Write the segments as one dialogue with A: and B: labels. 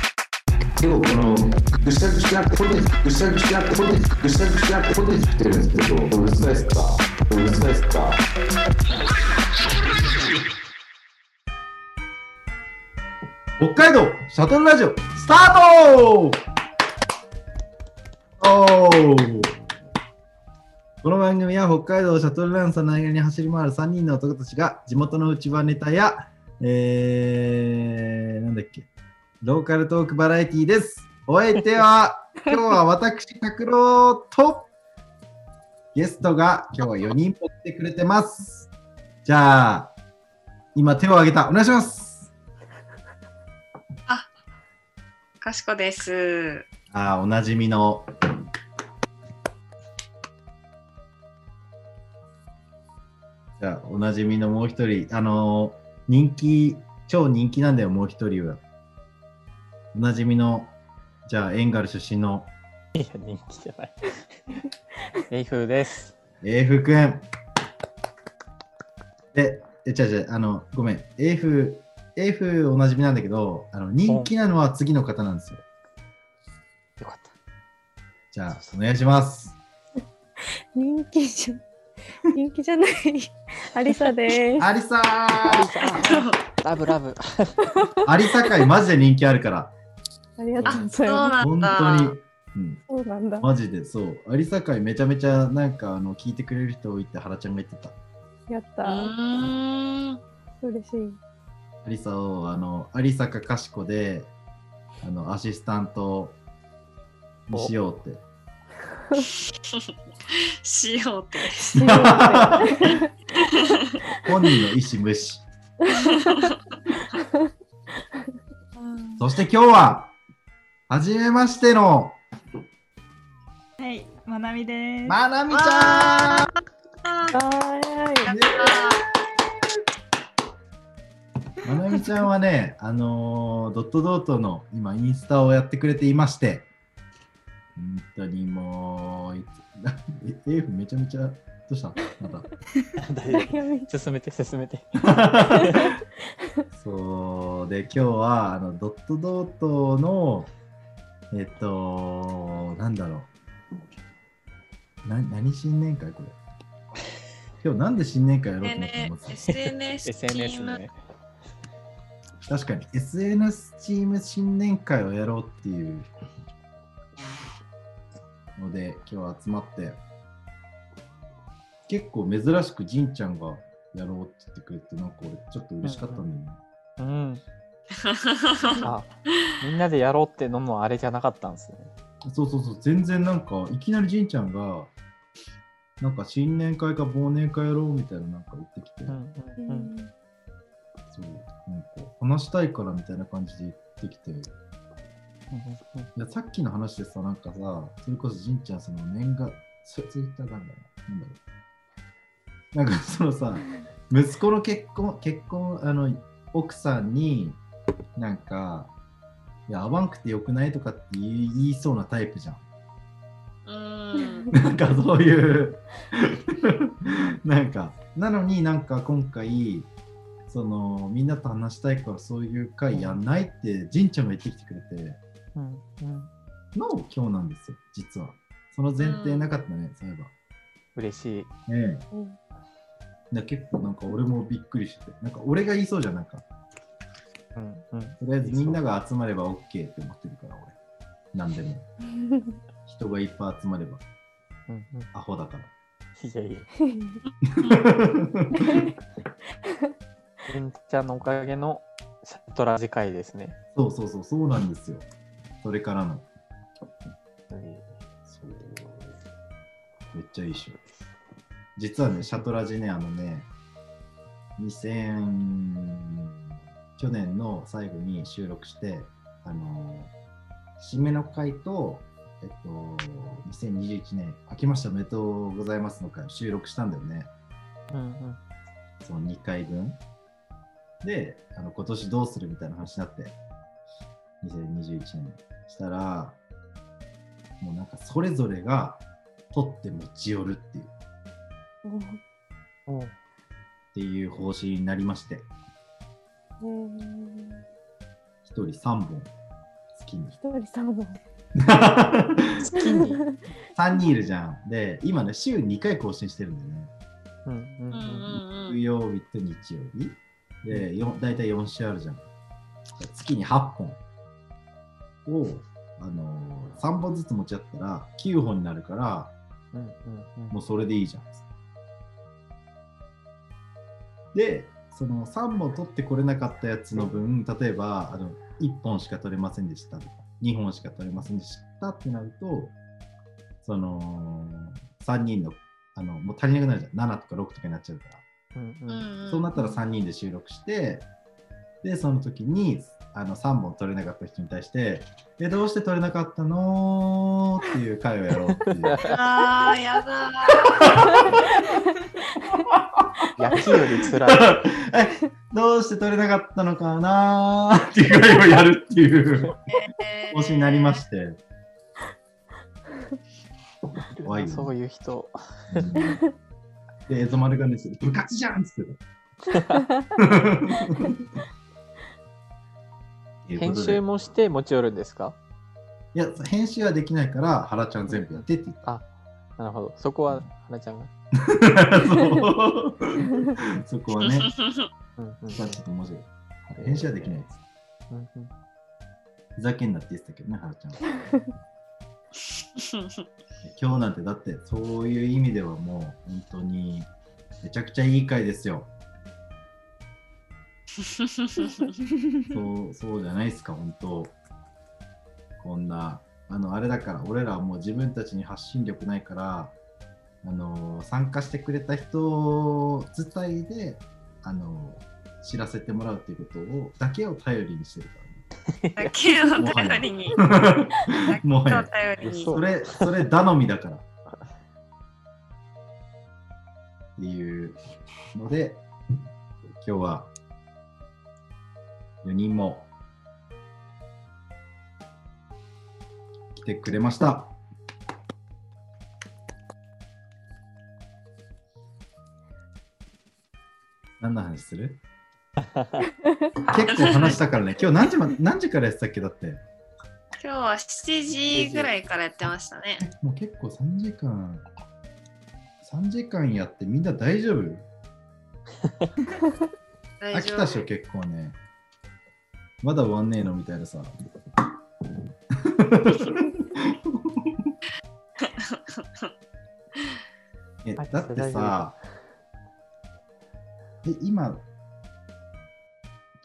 A: 結構このぐしゃぐしゃポテぐしゃぐしゃポテぐしゃぐしゃポテってるんですけどうるさいっすかうるさいっすか
B: 北海道シャトルラジオスタートおーこの番組は北海道シャトルランサの間に走り回る3人の男たちが地元の内輪ネタや、えー、なんだっけ、ローカルトークバラエティーです。お相手は、今日は私、拓郎と、ゲストが今日は4人も来てくれてます。じゃあ、今手を挙げた。お願いします。
C: かしこです。
B: あーおなじみの。じゃあ、おなじみのもう一人、あのー人気、超人気なんだよ、もう一人は。おなじみの、じゃあ、エンガル出身の
D: いや、人気じゃない。レイフーです。
B: 英福くん。で、え、違う違う、あの、ごめん、英福、英福おなじみなんだけど、あの人気なのは次の方なんですよ。
D: よかった。
B: じゃあ、お願いします。
E: 人気じゃ人気じゃないアリサです。
B: アリサー
D: ラブラブ。
B: アリサ界、マジで人気あるから。
E: ありがとうご
C: そ
E: ざ
C: う
E: いま
C: なん
B: 本
C: だ。
B: 当に、うん、
E: す。そうなんだ。
B: マジでそう、有坂会めちゃめちゃなんかあの聞いてくれる人多いって原ちゃんが言ってた。
E: やった
C: うーん。
E: ー。嬉しい。
B: 有坂をあの有坂かしこであのアシスタントにしようって。
C: しようと。
B: 本人の意思無視。そして今日は、初めましての
F: はい、まなみです。
B: まなみちゃ
C: あー
E: は
C: や
E: ー
C: っ
E: い。
B: んまなみちゃんはね、あのードットドートの今インスタをやってくれていまして、本当にもういつ、 エーフめちゃめちゃ、どうしたまた。
D: 大丈夫進めて、進めて。
B: そうで今日はあのドットドートのえっとなんだろうな何新年会これ今日なんで新年会やろうと思ったの
C: た。SNS、SNS チ
D: SNS
C: ー
D: で
C: ム。
D: ね。
B: 確かに SNS チーム新年会をやろうっていうので今日集まって結構珍しくじんちゃんがやろうって言ってくれてなんか俺ちょっと嬉しかったんだよね、
D: うん。あ、みんなでやろうってのもあれじゃなかったんですね。
B: そうそうそう、全然なんか、いきなりじんちゃんが、なんか新年会か忘年会やろうみたいななんか言ってきて、
D: うんう
E: うん
D: うん。
E: ん
B: そうなんか話したいからみたいな感じで言ってきて、いやさっきの話でさ、なんかさ、それこそじんちゃん、その年賀、そツイッターなんだな、なんだろう。なんかそのさ、息子の結婚、結婚、あの、奥さんに、なんか、いや、会わんくてよくないとかって言い言いそうなタイプじゃん。
C: うん。
B: なんかそういう、 なんか、なのになんか今回、そのみんなと話したいからそういう会やんないって、じんちゃんが言ってきてくれて、
D: うんうん。
B: の今日なんですよ、実は。その前提なかったね、そういえば。
D: 嬉しい。
B: ええだ結構なんか俺もびっくりして、なんか俺が言いそうじゃんなんか、
D: うんうん。
B: とりあえずみんなが集まれば OK って思ってるから、俺。なんでも。人がいっぱい集まれば、
D: うんうん。
B: アホだから。
D: いやいや。じんちゃんのおかげのシャトラ次回ですね。
B: そうそうそう、そうなんですよ。それからの。そうめっちゃいいっしょ。実はね、シャトラジね、あのね、2000去年の最後に収録して、あのー、締めの回と、えっと、2021年、明けましておめでとうございますの回を収録したんだよね、
D: うん
B: その2回分。で、あの今年どうするみたいな話になって、2021年したら、もうなんかそれぞれが取って持ち寄るっていう。
D: うん。おう
B: っていう方針になりまして、
E: うん
B: 1人3本、好きに
E: 一。人さんの。
D: 好きに。うん
B: 3人いるじゃん。で、今ね、週2回更新してるんだよね。
D: う
C: うんうんんう
B: 木
C: ん。
B: 曜日と日曜日。で、よ大体4週あるじゃん。月に8本を、あのー、3本ずつ持ち合ったら9本になるから、
D: うんうんうん
B: もうそれでいいじゃん。で、その3本取ってこれなかったやつの分、例えばあの1本しか取れませんでしたとか、2本しか取れませんでしたってなると、その3人の、あのもう足りなくなるじゃん。7とか6とかになっちゃうから。
D: うんう
C: うんんうん
B: そうなったら3人で収録して、で、その時にあの3本取れなかった人に対して、え、どうして取れなかったのっていう回をやろうって いう。
C: ああ、やだ
D: 焼きより辛い。
B: えどうして取れなかったのかなーっていう会をやるっていう
C: ー。
B: 方針になりまして、怖いよね
D: そういう人。
B: うんで、エゾマルがね、それ部活じゃんっつって た。
D: 編集
B: も
D: もして持ち寄るんですか
B: いや編集はできないから、ハラちゃん全部やってって言っ
D: なるほど。そこは、花ちゃんが。
B: た。そうそこはね、
D: うんうん
B: まあちょっと面白い。編集はできないです。
D: うんうん
B: ふざけんなって言ってたけどね、ハラちゃんは。今日なんてだってそういう意味ではもう本当にめちゃくちゃいい回ですよ。そうそうじゃないですか本当。こんなあのあれだから俺らはもう自分たちに発信力ないからあの参加してくれた人伝いであの知らせてもらうっていうことをだけを頼りにしてる
C: だけを頼りに。
B: から、ね。もは
C: だ
B: や
C: けを頼りに
D: そ。う
B: それ、それ頼みだから。っていうので、今日は4人も来てくれました。何の話する結構話したからね、今日何時,、ま、何時からやってたっけだって。
C: 今日は7時ぐらいからやってましたね。
B: もう結構3時間、3時間やってみんな大丈夫
C: 大
B: 飽き
C: 丈
B: たっし
C: 夫
B: ょ、。結構ね。まだ終わんねえのみたいなさ。え
D: 飽き
B: だ
D: た
B: ってさ、え今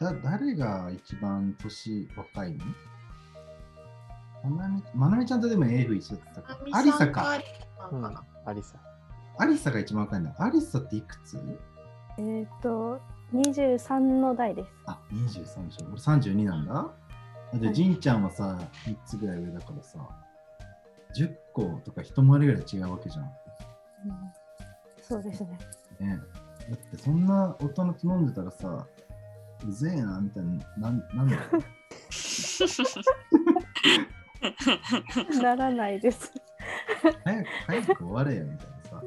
B: だ、誰が一番年若いのまなみまなみちゃんとでも AF 一緒だったか。ありさか。
D: うん。ありさ。
B: アリサが一番若いんだ。アリサっていくつ
E: えっと、二十三の代です。
B: あ、23でしょ。俺32なんだ。だって、じんちゃんはさ、3つぐらい上だからさ、10個とか一回りぐらい違うわけじゃん。
E: うんそうですね。
B: ねえだって、そんな大人と飲んでたらさ、うぜえな、みたいな、なんなんだ ろう。
E: ならないです。
B: 早く、早く終われよ、みたいなさ。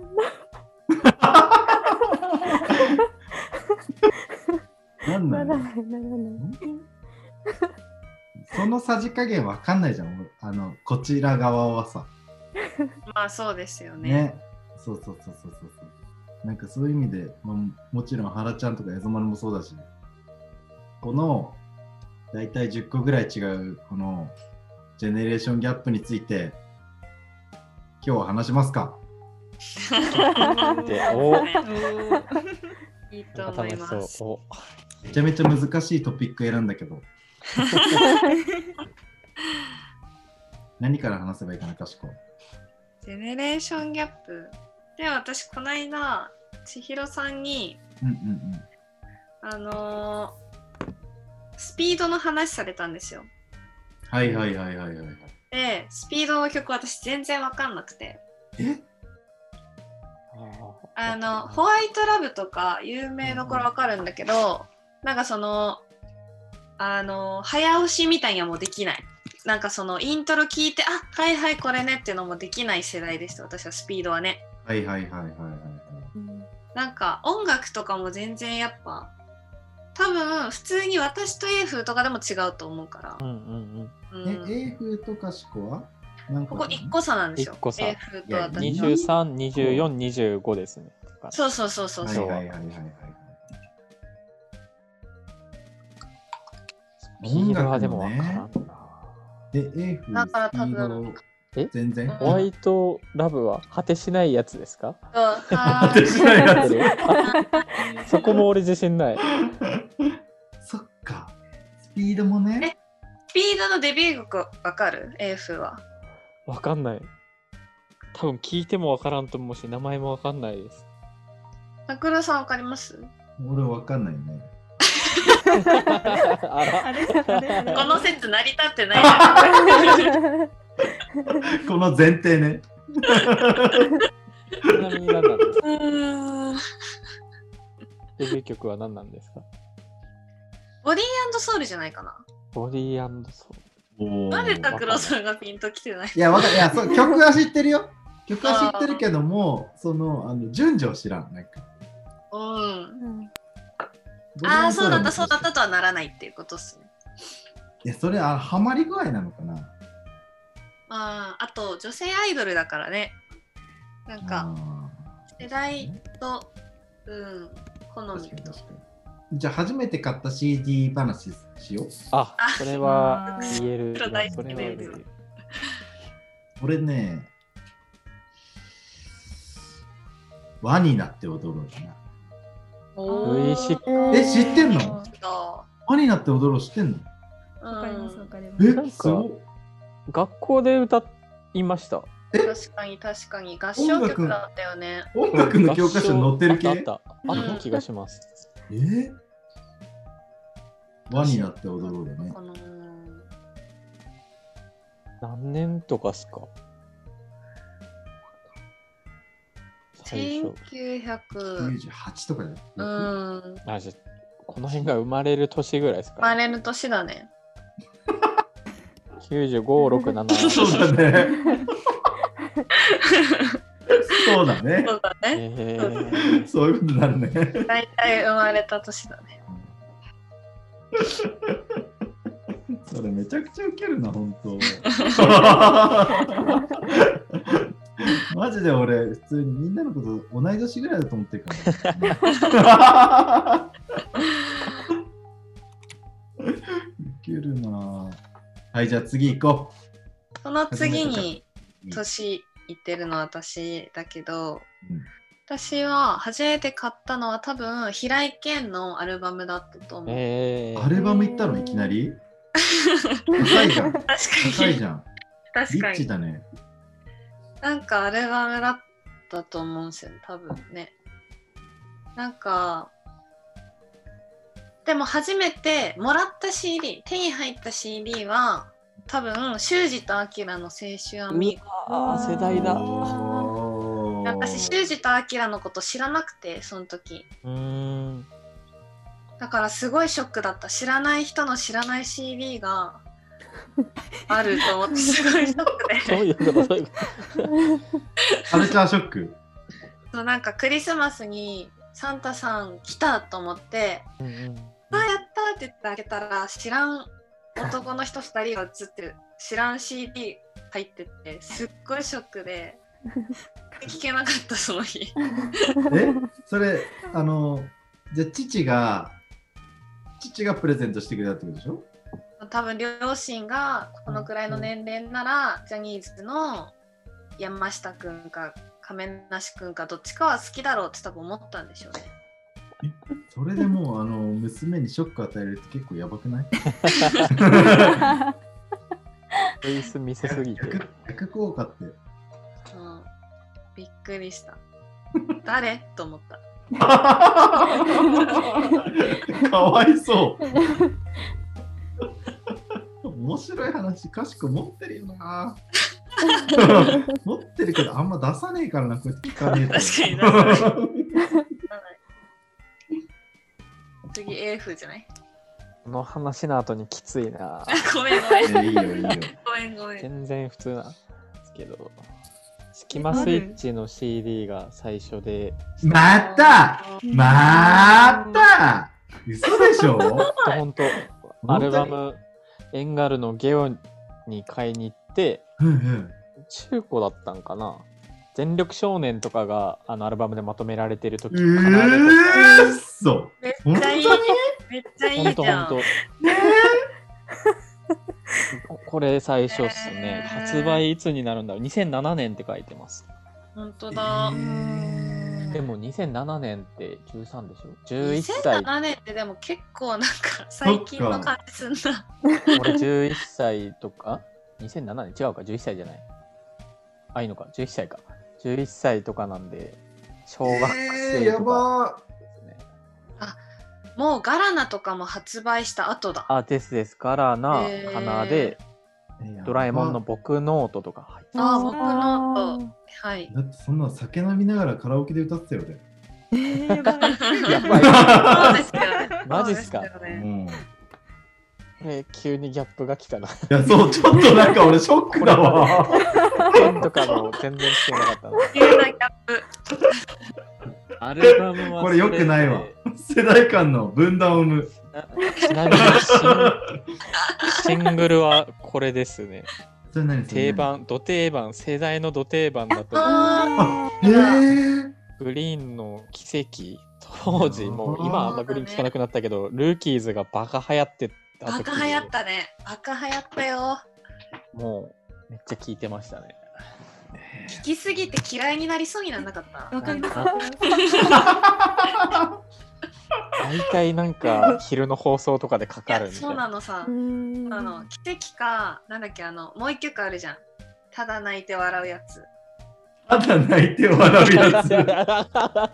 B: なん
E: な
B: な
E: ら
B: の
E: ない、ならない。
B: そのさじ加減わかんないじゃん、俺あの、こちら側はさ。
C: まあそうですよね。
B: ね。そうそうそうそうそうそう。なんかそういう意味で、まあ、もちろん原ちゃんとかエゾマルもそうだし、この大体10個ぐらい違うこのジェネレーションギャップについて、今日は話しますか
D: でお
C: いいと思
D: 楽
C: い
D: し
C: ま
D: そう
C: す。。
D: お
B: めちゃめちゃ難しいトピック選んだ けど。何から話せばいいかな、かしこ。
C: ジェネレーションギャップ。で、私、この間、千尋さんに、
B: うんうんうん。
C: あのースピードの話されたんですよ。
B: はいはいはいはいはいはい。
C: で、スピードの曲、私、全然わかんなくて。
B: え
C: あの、ホワイトラブとか、有名どころわかるんだけど、なんかその、あのー早押しみたいにはもうできない。なんかその、イントロ聞いて、あはいはい、これねっていうのもできない世代でした、私は、スピードはね。
B: はいはいはいはいはいはい。
E: うん
C: なんか音楽とかも全然やっぱ多分普通に私と A 風とかでも違うと思うから
D: う、んう
C: う
D: ん
C: ん
B: え、A 風とかしこはなんか
C: ここ1個差なんですよ
D: 一個差
C: A 風と
D: うん。
B: い
C: 私
B: や
C: の
D: 23、24、25ですね。
C: そうそうそうそう
B: はい
C: そう、
B: はいはいはいはい。
D: ビールはでもわから
B: 音
D: ん
B: 楽
D: な。
B: で、A 風
C: だから多分
B: スピード
D: え
B: 全然。
D: ホワイトラブは果てしないやつですか
C: そうはーい
B: しないや
D: 合ってる そこも俺自信ない。
B: そっか。スピードもね。
C: スピードのデビュー曲わかる ?A 風は。
D: わかんない。多分聞いてもわからんと思うし、名前もわかんない です。
C: 桜さんわかります
B: 俺わかんないね。
D: あら
F: あれあれあれ
C: この説成り立ってないから。
B: この前提ね。
D: ちなみに何なんですか
C: うーん。
D: デビュー曲は何なんですか
C: ボディーソウルじゃないかな。
D: ボディーソウル。
B: な
C: なんで桜さんがピンときてない
B: いや、わかいや そう曲は知ってるよ。曲は知ってるけども、その、あの順序を知らん。なんか
C: う
B: ボ
C: ん。
B: ディ
C: あ
B: ア
C: あ、
B: ンソ
C: そ
B: ー
C: う
B: ラー
C: だっ
B: の
C: た、そうだったとはならないっていうことっすね。
B: いや、それはハマり具合なのかな。
C: まあ、あと、女性アイドルだからね。なんか、
B: あー
C: 世代と、うん、好
B: 確
C: み
B: かに
C: と。
B: 確かに。じゃあ、初めて買った CD 話しよう。
D: あ、それは
F: あ
D: 言える。
C: 黒大好
D: そ
C: き
D: れ
C: な
D: は言え
C: やつ
D: る。
B: 俺ね、輪になって踊ろうかな。
D: ー初々し
B: え、知ってんの
C: そ
B: 輪になって踊ろう知ってんの
C: う。
F: わかります
C: う
F: わ
C: ん
F: かります。
D: なん
B: え、
D: か
B: すごっ
D: 学校で歌いました。
C: 確かに確かに合唱曲だったよね。
B: 音楽の教科書に載ってる系
D: あったあったあった気がします。
B: え輪になって踊ろうだね。
C: この
D: 何年とかっすか最初。
C: 1900
B: 98とかじゃ
C: う
B: ない
C: ん
D: あ、じゃあこの辺が生まれる年ぐらいです
C: 生ま
D: か、ね。
C: れる年だね
D: 95、6、7。
B: そうだね。そうだね
C: そ。うだね
D: え
B: そういうことになるね。
C: 大体生まれた年だね
B: それめちゃくちゃウケるな、本 当。マジで俺、普通にみんなのこと同い年ぐらいだと思ってるから。ウケるな。はい、じゃあ次行こ
C: その次
B: 初め
C: に年いってるのは私だけど、
B: うん
C: 私は初めて買ったのは多分平井堅のアルバムだったと
D: ー、
C: 思う、
D: え
B: う。
D: ー、
B: アルバム行ったのいきなり高いじゃん。
C: 確
B: 高
C: か
B: い
C: に
B: じゃん。
C: 確
B: リ
C: か
B: ッチ
C: に
B: だね。
C: なんかアルバムだったと思うんですよね多分ねなんかでも初めてもらった CD 手に入った CD は多分修二と明の青春アミーゴ
D: あー世代だ。う
B: おー
C: 私修二と明のこと知らなくてその時
D: ーん。
C: だからすごいショックだった知らない人の知らない CD があると思ってすごいショックで
D: そういうこと、そういうこ
B: カルチャーショック。
C: そうなんかクリスマスにサンタさん来たと思って
D: と。うんうん
C: 「あやった!」って言って開けたら知らん男の人2人が写ってる知らん CD 入っててすっごいショックで聞けなかったその日
B: えそれ、あの、じゃあ父が、父がプレゼントしてくれたってことでしょ
C: 多分両親がこのくらいの年齢ならジャニーズの山下くんか亀梨くんかどっちかは好きだろうって多分思ったんでしょうね。
B: それでもう、あの、娘にショック与えるって結構やばくない
D: ベース見せすぎて。
B: 逆逆効果 って。
C: うん、びっく りした。誰と思った。
B: かわいそう。面白い話、かしく持ってるよ な。持ってるけど、あんま出さねえからな、こうやって聞かねえと。
C: 確
B: かに。
C: 次 AF じ ゃない
D: この話の後にきついな。
C: ごめんごめん。
B: いいよ、いいよ。
C: ごめんごめん。
D: 全然普通なんですけど。スキマスイッチの CD が最初で、
B: またまた嘘でしょ
D: 本当アルバムエンガルのゲオに買いに行って
B: うんうん。
D: 中古だったんかな全力少年とかがあのアルバムでまとめられてる時
B: え
D: かな
B: ー、嘘
C: めっ
B: 本
C: ちゃ
B: 当
C: い
B: に
C: い。めっちゃい
D: ほん
C: い
D: と
C: じ
D: ほ
C: ゃ
D: ん
C: ん。
D: とこれ最初っすね
C: へー
D: 発売いつになるんだろう2007年って書いてます
C: 本当だ。
D: でも2007年って13でしょ11歳
C: 2007年ってでも結構なんか最近の感じすんな。
D: 俺11歳とかあ2007年違うか11歳じゃないあいいのか11歳か11歳とかなんで小学
B: えー、
D: 生
B: や
D: と
B: ば
D: かですね、
C: もうガラナとかも発売した後だ。
D: アーティストですからな、
C: へー
D: かなで
B: ー
D: ドラえもん
B: や
D: の。僕ノートとか入って
C: あ
E: ー
C: 僕の音はい。
B: ばだってそんなの酒飲みながらカラオケで歌ってたよね。
F: えー、やばい。
D: やば
B: い。
C: そう
D: い
C: ですよ ね。
D: マジっすか
C: そうですよね
B: うん、い
D: えー急にギャップが来たな
B: や、そう、ちょっとなんか俺ショックだわ。
D: 弦とかも全然聞けなかったな
C: 急なギャップ。
D: アルバムは
B: これ良くないわ世代間の分断を生む。
D: ちなみにシンシングルはこれですね
B: それ何それ何
D: 定。番ど定番世代のど定番だと
C: あ
B: えー、
D: グリーンの奇跡当時もう
B: あー
D: 今あんまグリーン聞かなくなったけど、ルーキーズがバカ流行ってた
C: あ、バ
D: 時
C: カ流行ったね。バカ流行ったよ。
D: もうめっちゃ聞いてましたね
C: 聞きすぎて嫌いになりそうにならなかった。
F: わかります。
D: 大体なんか昼の放送とかでか
C: い
D: かる
C: や、
D: みた
C: そ
D: いう
C: な
D: な
C: のさ。
E: ん
C: あの奇跡か、なんだっけ、あの、もう一曲あるじゃん。ただ泣いて笑うやつ。
B: ただ泣いて笑う やつ。や
D: さ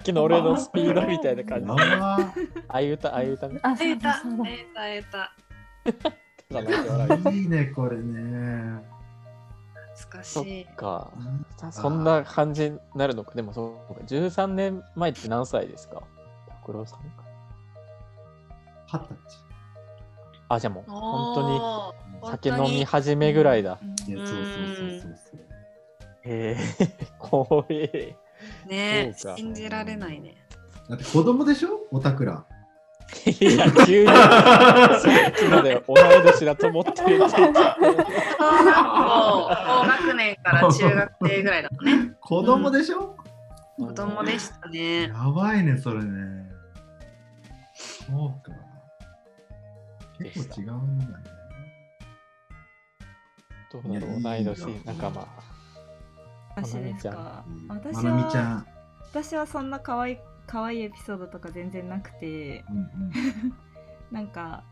D: っきの俺のスピードみたいな感じ
B: ば
D: あいうたあいうたみ
E: あ
C: え
E: そう
C: た
E: だそう、だ
C: えた、えた。
D: たいな笑
B: いいね、これね。
C: 懐かし
D: そっ
C: い。
D: かそんな感じになるのかでもそうか13年前って何歳ですか拓郎さんか
B: 二十
D: あじゃあもう本当に
C: おー本
D: 酒
C: 当に
D: 飲み始めぐらいだ。
B: 歳。いや、そうそうそうそう
D: へえ、 怖え。
C: ね
D: そうか
C: 信じられないね。
B: そう。だって子供でしょおたくら。
D: いや、急に、さっきまで同い年だと思ってるって言っちゃった
C: 小学校、高学年から中学生ぐらいだもんね。
B: 子供でしょ、
C: 子供でしたね。
B: やばいね、それね。そうか。結構違うんだね。
D: どうだろう、同い年仲間。
F: 私です
D: ま
F: か
B: うん。
F: 私
B: まなみちゃ
F: は、
B: ん。
F: 私はそんな可愛い、可愛いエピソードとか全然なくて、
B: うんうん、
F: なんか。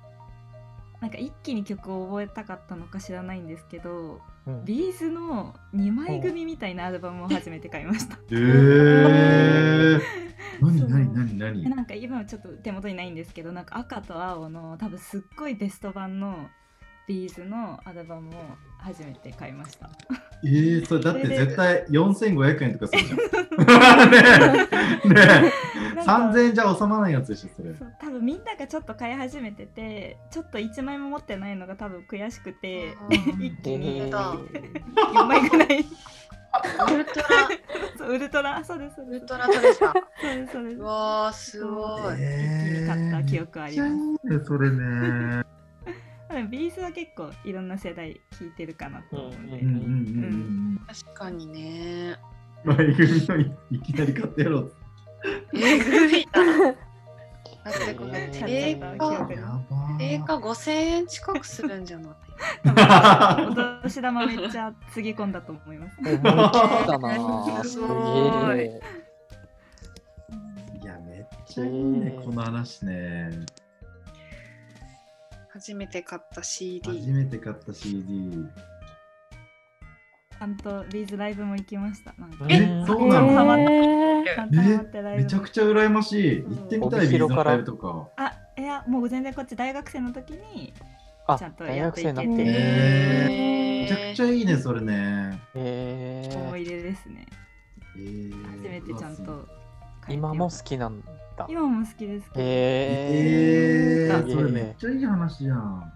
F: なんか一気に曲を覚えたかったのか知らないんですけど、
D: うん
F: ビーズの2枚組みたいなアルバムを初めて買いました。
B: えー。何何何
F: で
B: 何
F: なんか今はちょっと手元にないんですけどなんか赤と青の多分すっごいベスト版のビーズのアルバムを初めて買いました
B: えー、それだって絶対4500円とかするじゃん。ねえ。ねえ。
F: なんか
B: 3000円じゃ収まらないやつでしょ、それ。
F: そう多分みんながちょっと買い始めててちょっと1枚も持ってないのが多分悔しくて一気に
D: えー
F: 4枚ぐらい
C: ウルトラ、
F: そうウルトラそうですそう
C: ウ
F: で
C: ル
F: す
C: トラトレーサー。
F: そうですそうです
C: うわー、すごい。
F: 一気に買った記憶あります
B: めっちゃいいね、それね。
F: 多分ビーズは結構いろんな世代聴いてるかなと思うんで、
D: うん
B: うんうんうん
C: 確かにね。
B: うん。前組のいきなり買ってやろう。
C: えぐいな。だってこ
D: え
C: れ
D: ー
C: 定価
F: や
B: ば
C: 定価5000円近くするんじゃない
F: お年玉めっちゃつぎ込んだと思います
D: 思い切ったな ぁ。
C: す
D: す
C: ごい
D: げえ。
B: いや、めっちゃいいね、この話ね。
C: 初めて買った
B: 初
C: CD。
B: めて買った CD。
F: ちゃんとビーズライブも行きました。なんか
D: うん
B: え、そうな
F: え
B: の
F: ー
E: へ
F: ちゃんと待ってライ
B: めち
F: ブ
B: ゃ
F: も。
B: くちゃ羨ましい。行ってみたい、
D: 帯
B: ビー
D: 広
B: ズの
D: から
B: ライブとか。
F: あ、いや、もう全然こっち大学生の時に、
D: あ
F: ちゃん、と
D: 大
F: やっ
D: 学
F: てい
D: 生
F: け
D: に
F: て
D: な
F: る
D: って。へ
B: えー、めちゃく
C: え
B: ちゃいいね、それね。
D: え
F: 思い出ですね。
B: えー
F: 初めてちゃん。と。
D: 今も好。きなんだ。
F: 今も好きですけど。
D: へ
B: え
D: ー
B: ー、それめっちゃいい話やん。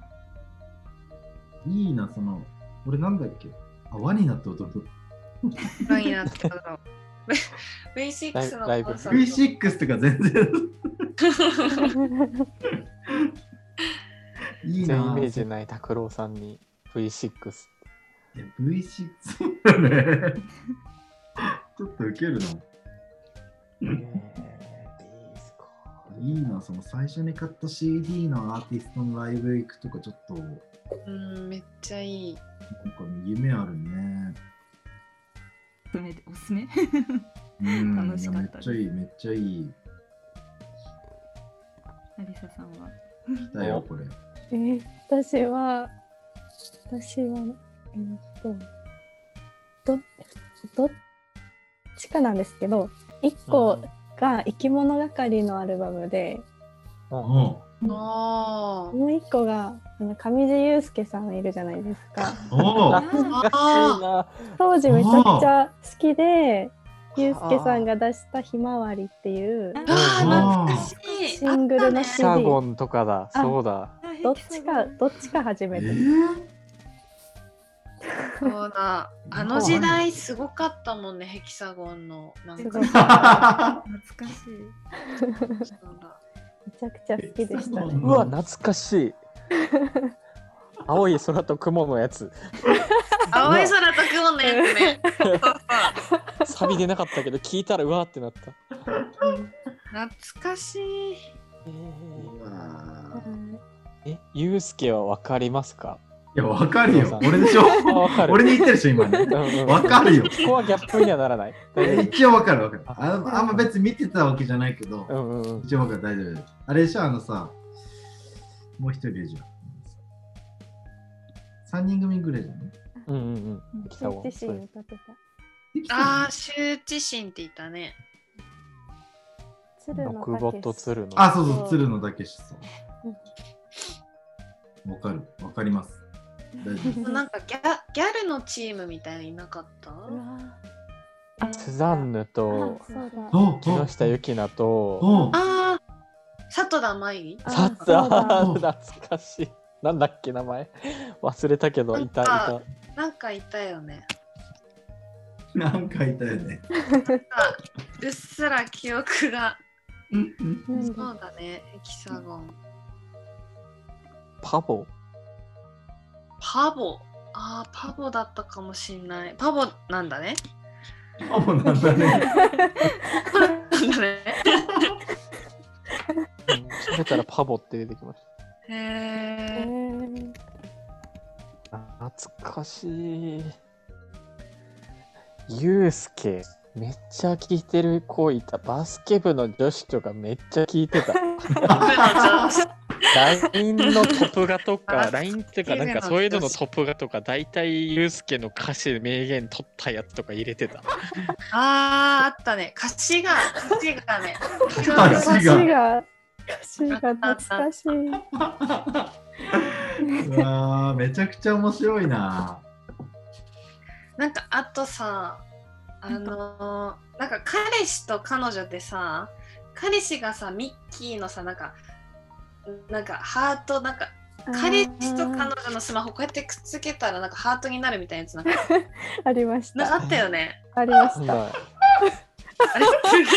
B: いいな、その、俺なんだっけあ、ワニなって踊る。
C: 何になっただろう。V- V6 の
D: ライブ
C: コンサート
B: V6 とか全然いい
D: 全然イ
B: な
D: メージない拓郎さんに V6
B: いや V6 そうだね。 ちょっとウケるな。
D: えーいいっすか
B: いいな、その最初に買った CD のアーティストのライブ行くとか、ちょっと、なんか
C: うん、めっちゃいい。
B: 夢あるね。
F: おすすめおすすめ
B: うん、
F: 楽しかったです
B: いやめっちゃいい、めっちゃいい。
F: アリサさんは。
B: 来たよ、これ。
E: えー私は私はえーっとどどっちかなんですけど一個が生き物がかりのアルバムで、
D: うん
B: お
C: あ
E: もう一個があの上地雄介さんいるじゃないですか
B: お
F: あ
B: う
C: あ。
D: 懐かしいな
E: 当時めちゃくちゃ好きで雄介さんが出した「ひまわり」っていう
F: あ
C: ああ、懐かしい。
E: シングルの
C: あっ
D: ヒ
C: たね
E: CD
D: カゴンとかだ
E: あ
D: そうだ
E: どっちかどっちか初
B: え
E: めて
B: ー
C: そうだ。あの時代すごかったもんね、ヘキサゴンの。なん
E: す
C: か
E: ごいめちゃ
F: 懐かしい。
C: そうだ
E: くちゃ好きでしたね。
D: うわ懐かしい青い空と雲のやつ
C: 青い空と雲のやつ ね。そうそう
D: サビ出なかったけど聞いたらうわーってなった、
C: 懐かしい。
D: えー
B: うわ
D: えゆうすけはわかりますか
B: いや、わかるよ。俺でしょ
D: あわかる
B: 俺に言ってるでしょ、今ね。わかるよ。
D: ここはギャップにはならない大丈夫
B: 一応わかるわかるあん。あんま別に見てたわけじゃないけど
D: う、んうんうん
B: 一応わかる、大丈夫です。あれでしょ、あのさ、もう一人いるじゃん。三人組ぐらいじゃん。
D: うんうんうん
F: うん
D: 来たわ
E: 自身歌ってた。
C: ああ、羞恥心って言ったね。
E: 鶴
D: 六ボット
E: の
D: 鶴の
B: あ、そうそう、鶴野だけしそう。わかる、わかります。大丈 夫です。
C: なんかギャギャルのチームみたいにいなかった
D: スザンヌと
E: そうだ。
B: お
D: 木下ゆきなと
B: おお
C: ああ、里田舞衣
E: あ
D: さ
E: そうだ
D: あ 懐かしいなんだっけ名前忘れたけどいたいた
C: なんかいたよね。
B: なんかいたよね。
C: うっすら記憶が。
B: うんうん
E: なん
C: そう
E: だ
C: だね、ヘキサゴン。
D: パボ
C: パボ。ああ、パボだったかもしんない。パボなんだね。
B: あ、もうなんだ ね。
C: なんだね。
D: うん調べたらパボって出てきまし
C: へ
E: え
C: え。
E: ー
D: た懐かしいゆうすけめっちゃ聞いてる子いたバスケ部の女子とかめっちゃ聞いてた LINE のトップ画とか LINE っていうかなんかそういうののトップ画とか大体ゆうすけの歌詞で名言取ったやつとか入れてた
C: ああ、あったね。歌詞が、歌詞がね。
B: 歌詞
E: 歌詞
B: が
E: が歌詞が懐かしい。
B: うわーめちゃくちゃ面白いな。
C: なんかあとさあのーなんか彼氏と彼女ってさ彼氏がさミッキーのさなんかなんかハートなんか彼氏と彼
E: あ
C: 女のスマホこうやってくっつけたらなんかハートになるみたいなやつなんか
E: ーありまし
C: な
E: た。
C: あったよね。
E: ありました。
D: まあ
C: あれすごいよね。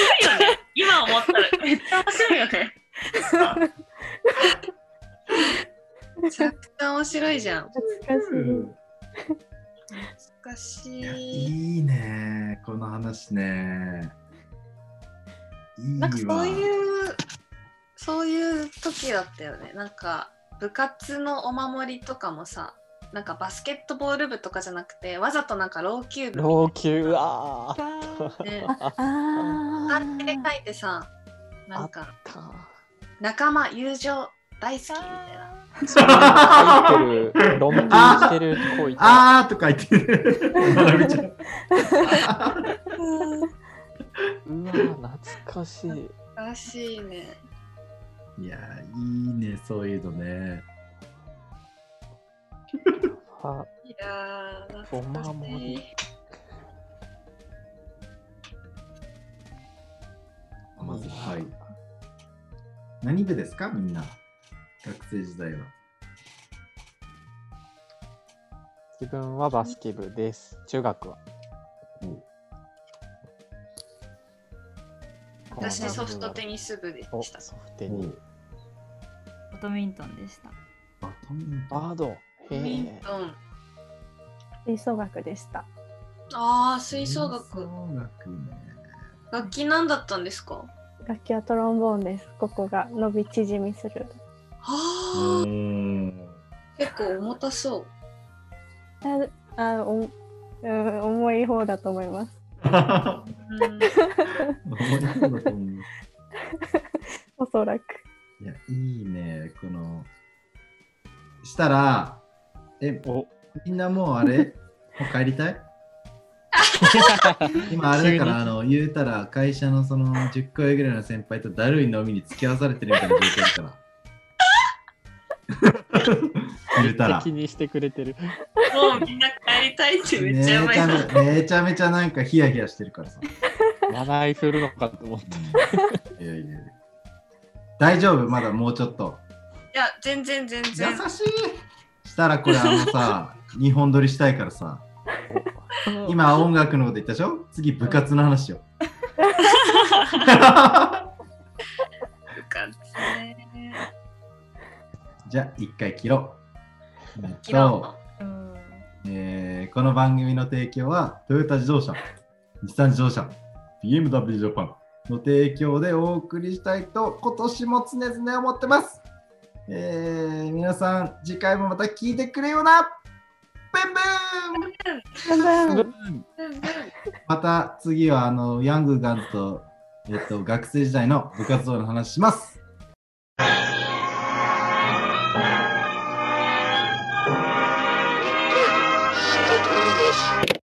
C: 今思ったらめっちゃ面白いよね。めちゃくちゃ面白いじゃん。
E: 懐かしい。
C: 懐かし
B: いや
C: い。
B: いいね、この話ね。いいわ
C: なんかそういうそういう時だったよねなんか部活のお守りとかもさなんかバスケットボール部とかじゃなくてわざとなんか老朽部
D: 老朽あ
C: み
D: ー
F: あ
C: たいなね
E: あ
C: 漢字で
E: あ
C: 書いてさなんか
D: か
C: 仲間友情大好きみたいな
D: 入ってる論理してる子いた
B: あーとか言ってる。まなみちゃん
D: うわ懐かしい
C: らしいね
B: いやー、いいね、そういうのね。
D: あ
C: いやー懐か
D: お
C: し
D: 守
C: い
D: り
B: まず、はい。何部ですか、みんな。学生時代は。
D: 自分はバスケ部です中学は
B: うん
D: あ
C: 私ソフトテニス部で
D: お
C: した。
D: ソフテに。
F: バドミントンでした。
B: バドミントン
D: バード。へ
C: ミン
D: え。
C: トン。
E: 吹奏楽でした。
C: ああ、吹奏
B: 吹
C: 楽。
B: 奏 楽ね。
C: 楽器なんだったんですか
E: 楽器はトロンボーンです。ここが伸び縮みする。
C: はあ、
B: ん。
C: 結構重たそう。
E: ああおうん、重い方だと思います。
C: うん
E: おそらく。
B: いや、いいね、この。したら、え、
D: お
B: みんなもうあれもう帰りた い今あれだから、あの、言うたら会社のその10個上ぐらいの先輩とだるい飲みに付き合わされてるみたいな状況だから。 言うたら
D: 気。にしてくれてる。
C: もうみんな帰りたいってめっちゃやばいな。
B: めめちゃめちゃなんかヒヤヒヤしてるからさ。
D: 笑い振るのかと思った。
B: いやいやいや大丈夫まだもうちょっと。
C: いや、全然全
B: 優
C: 然。
B: しいしたらこれあのさ、日本撮りしたいからさ。今音楽のこと言ったでしょ次部活の話 よ。
C: よかったね
B: じゃあ一回切ろう。えっ
C: 切ろ
B: と、
F: うん
B: えーこの番組の提供はトヨタ自動車、日産自動車、BMW ジャパンの提供でお送りしたいと今年も常々思ってます。えー皆さん次回もまた聞いてくれよなブンブン
E: 多分
B: また次はあのヤングガンズと、えっと、学生時代の部活動の話します。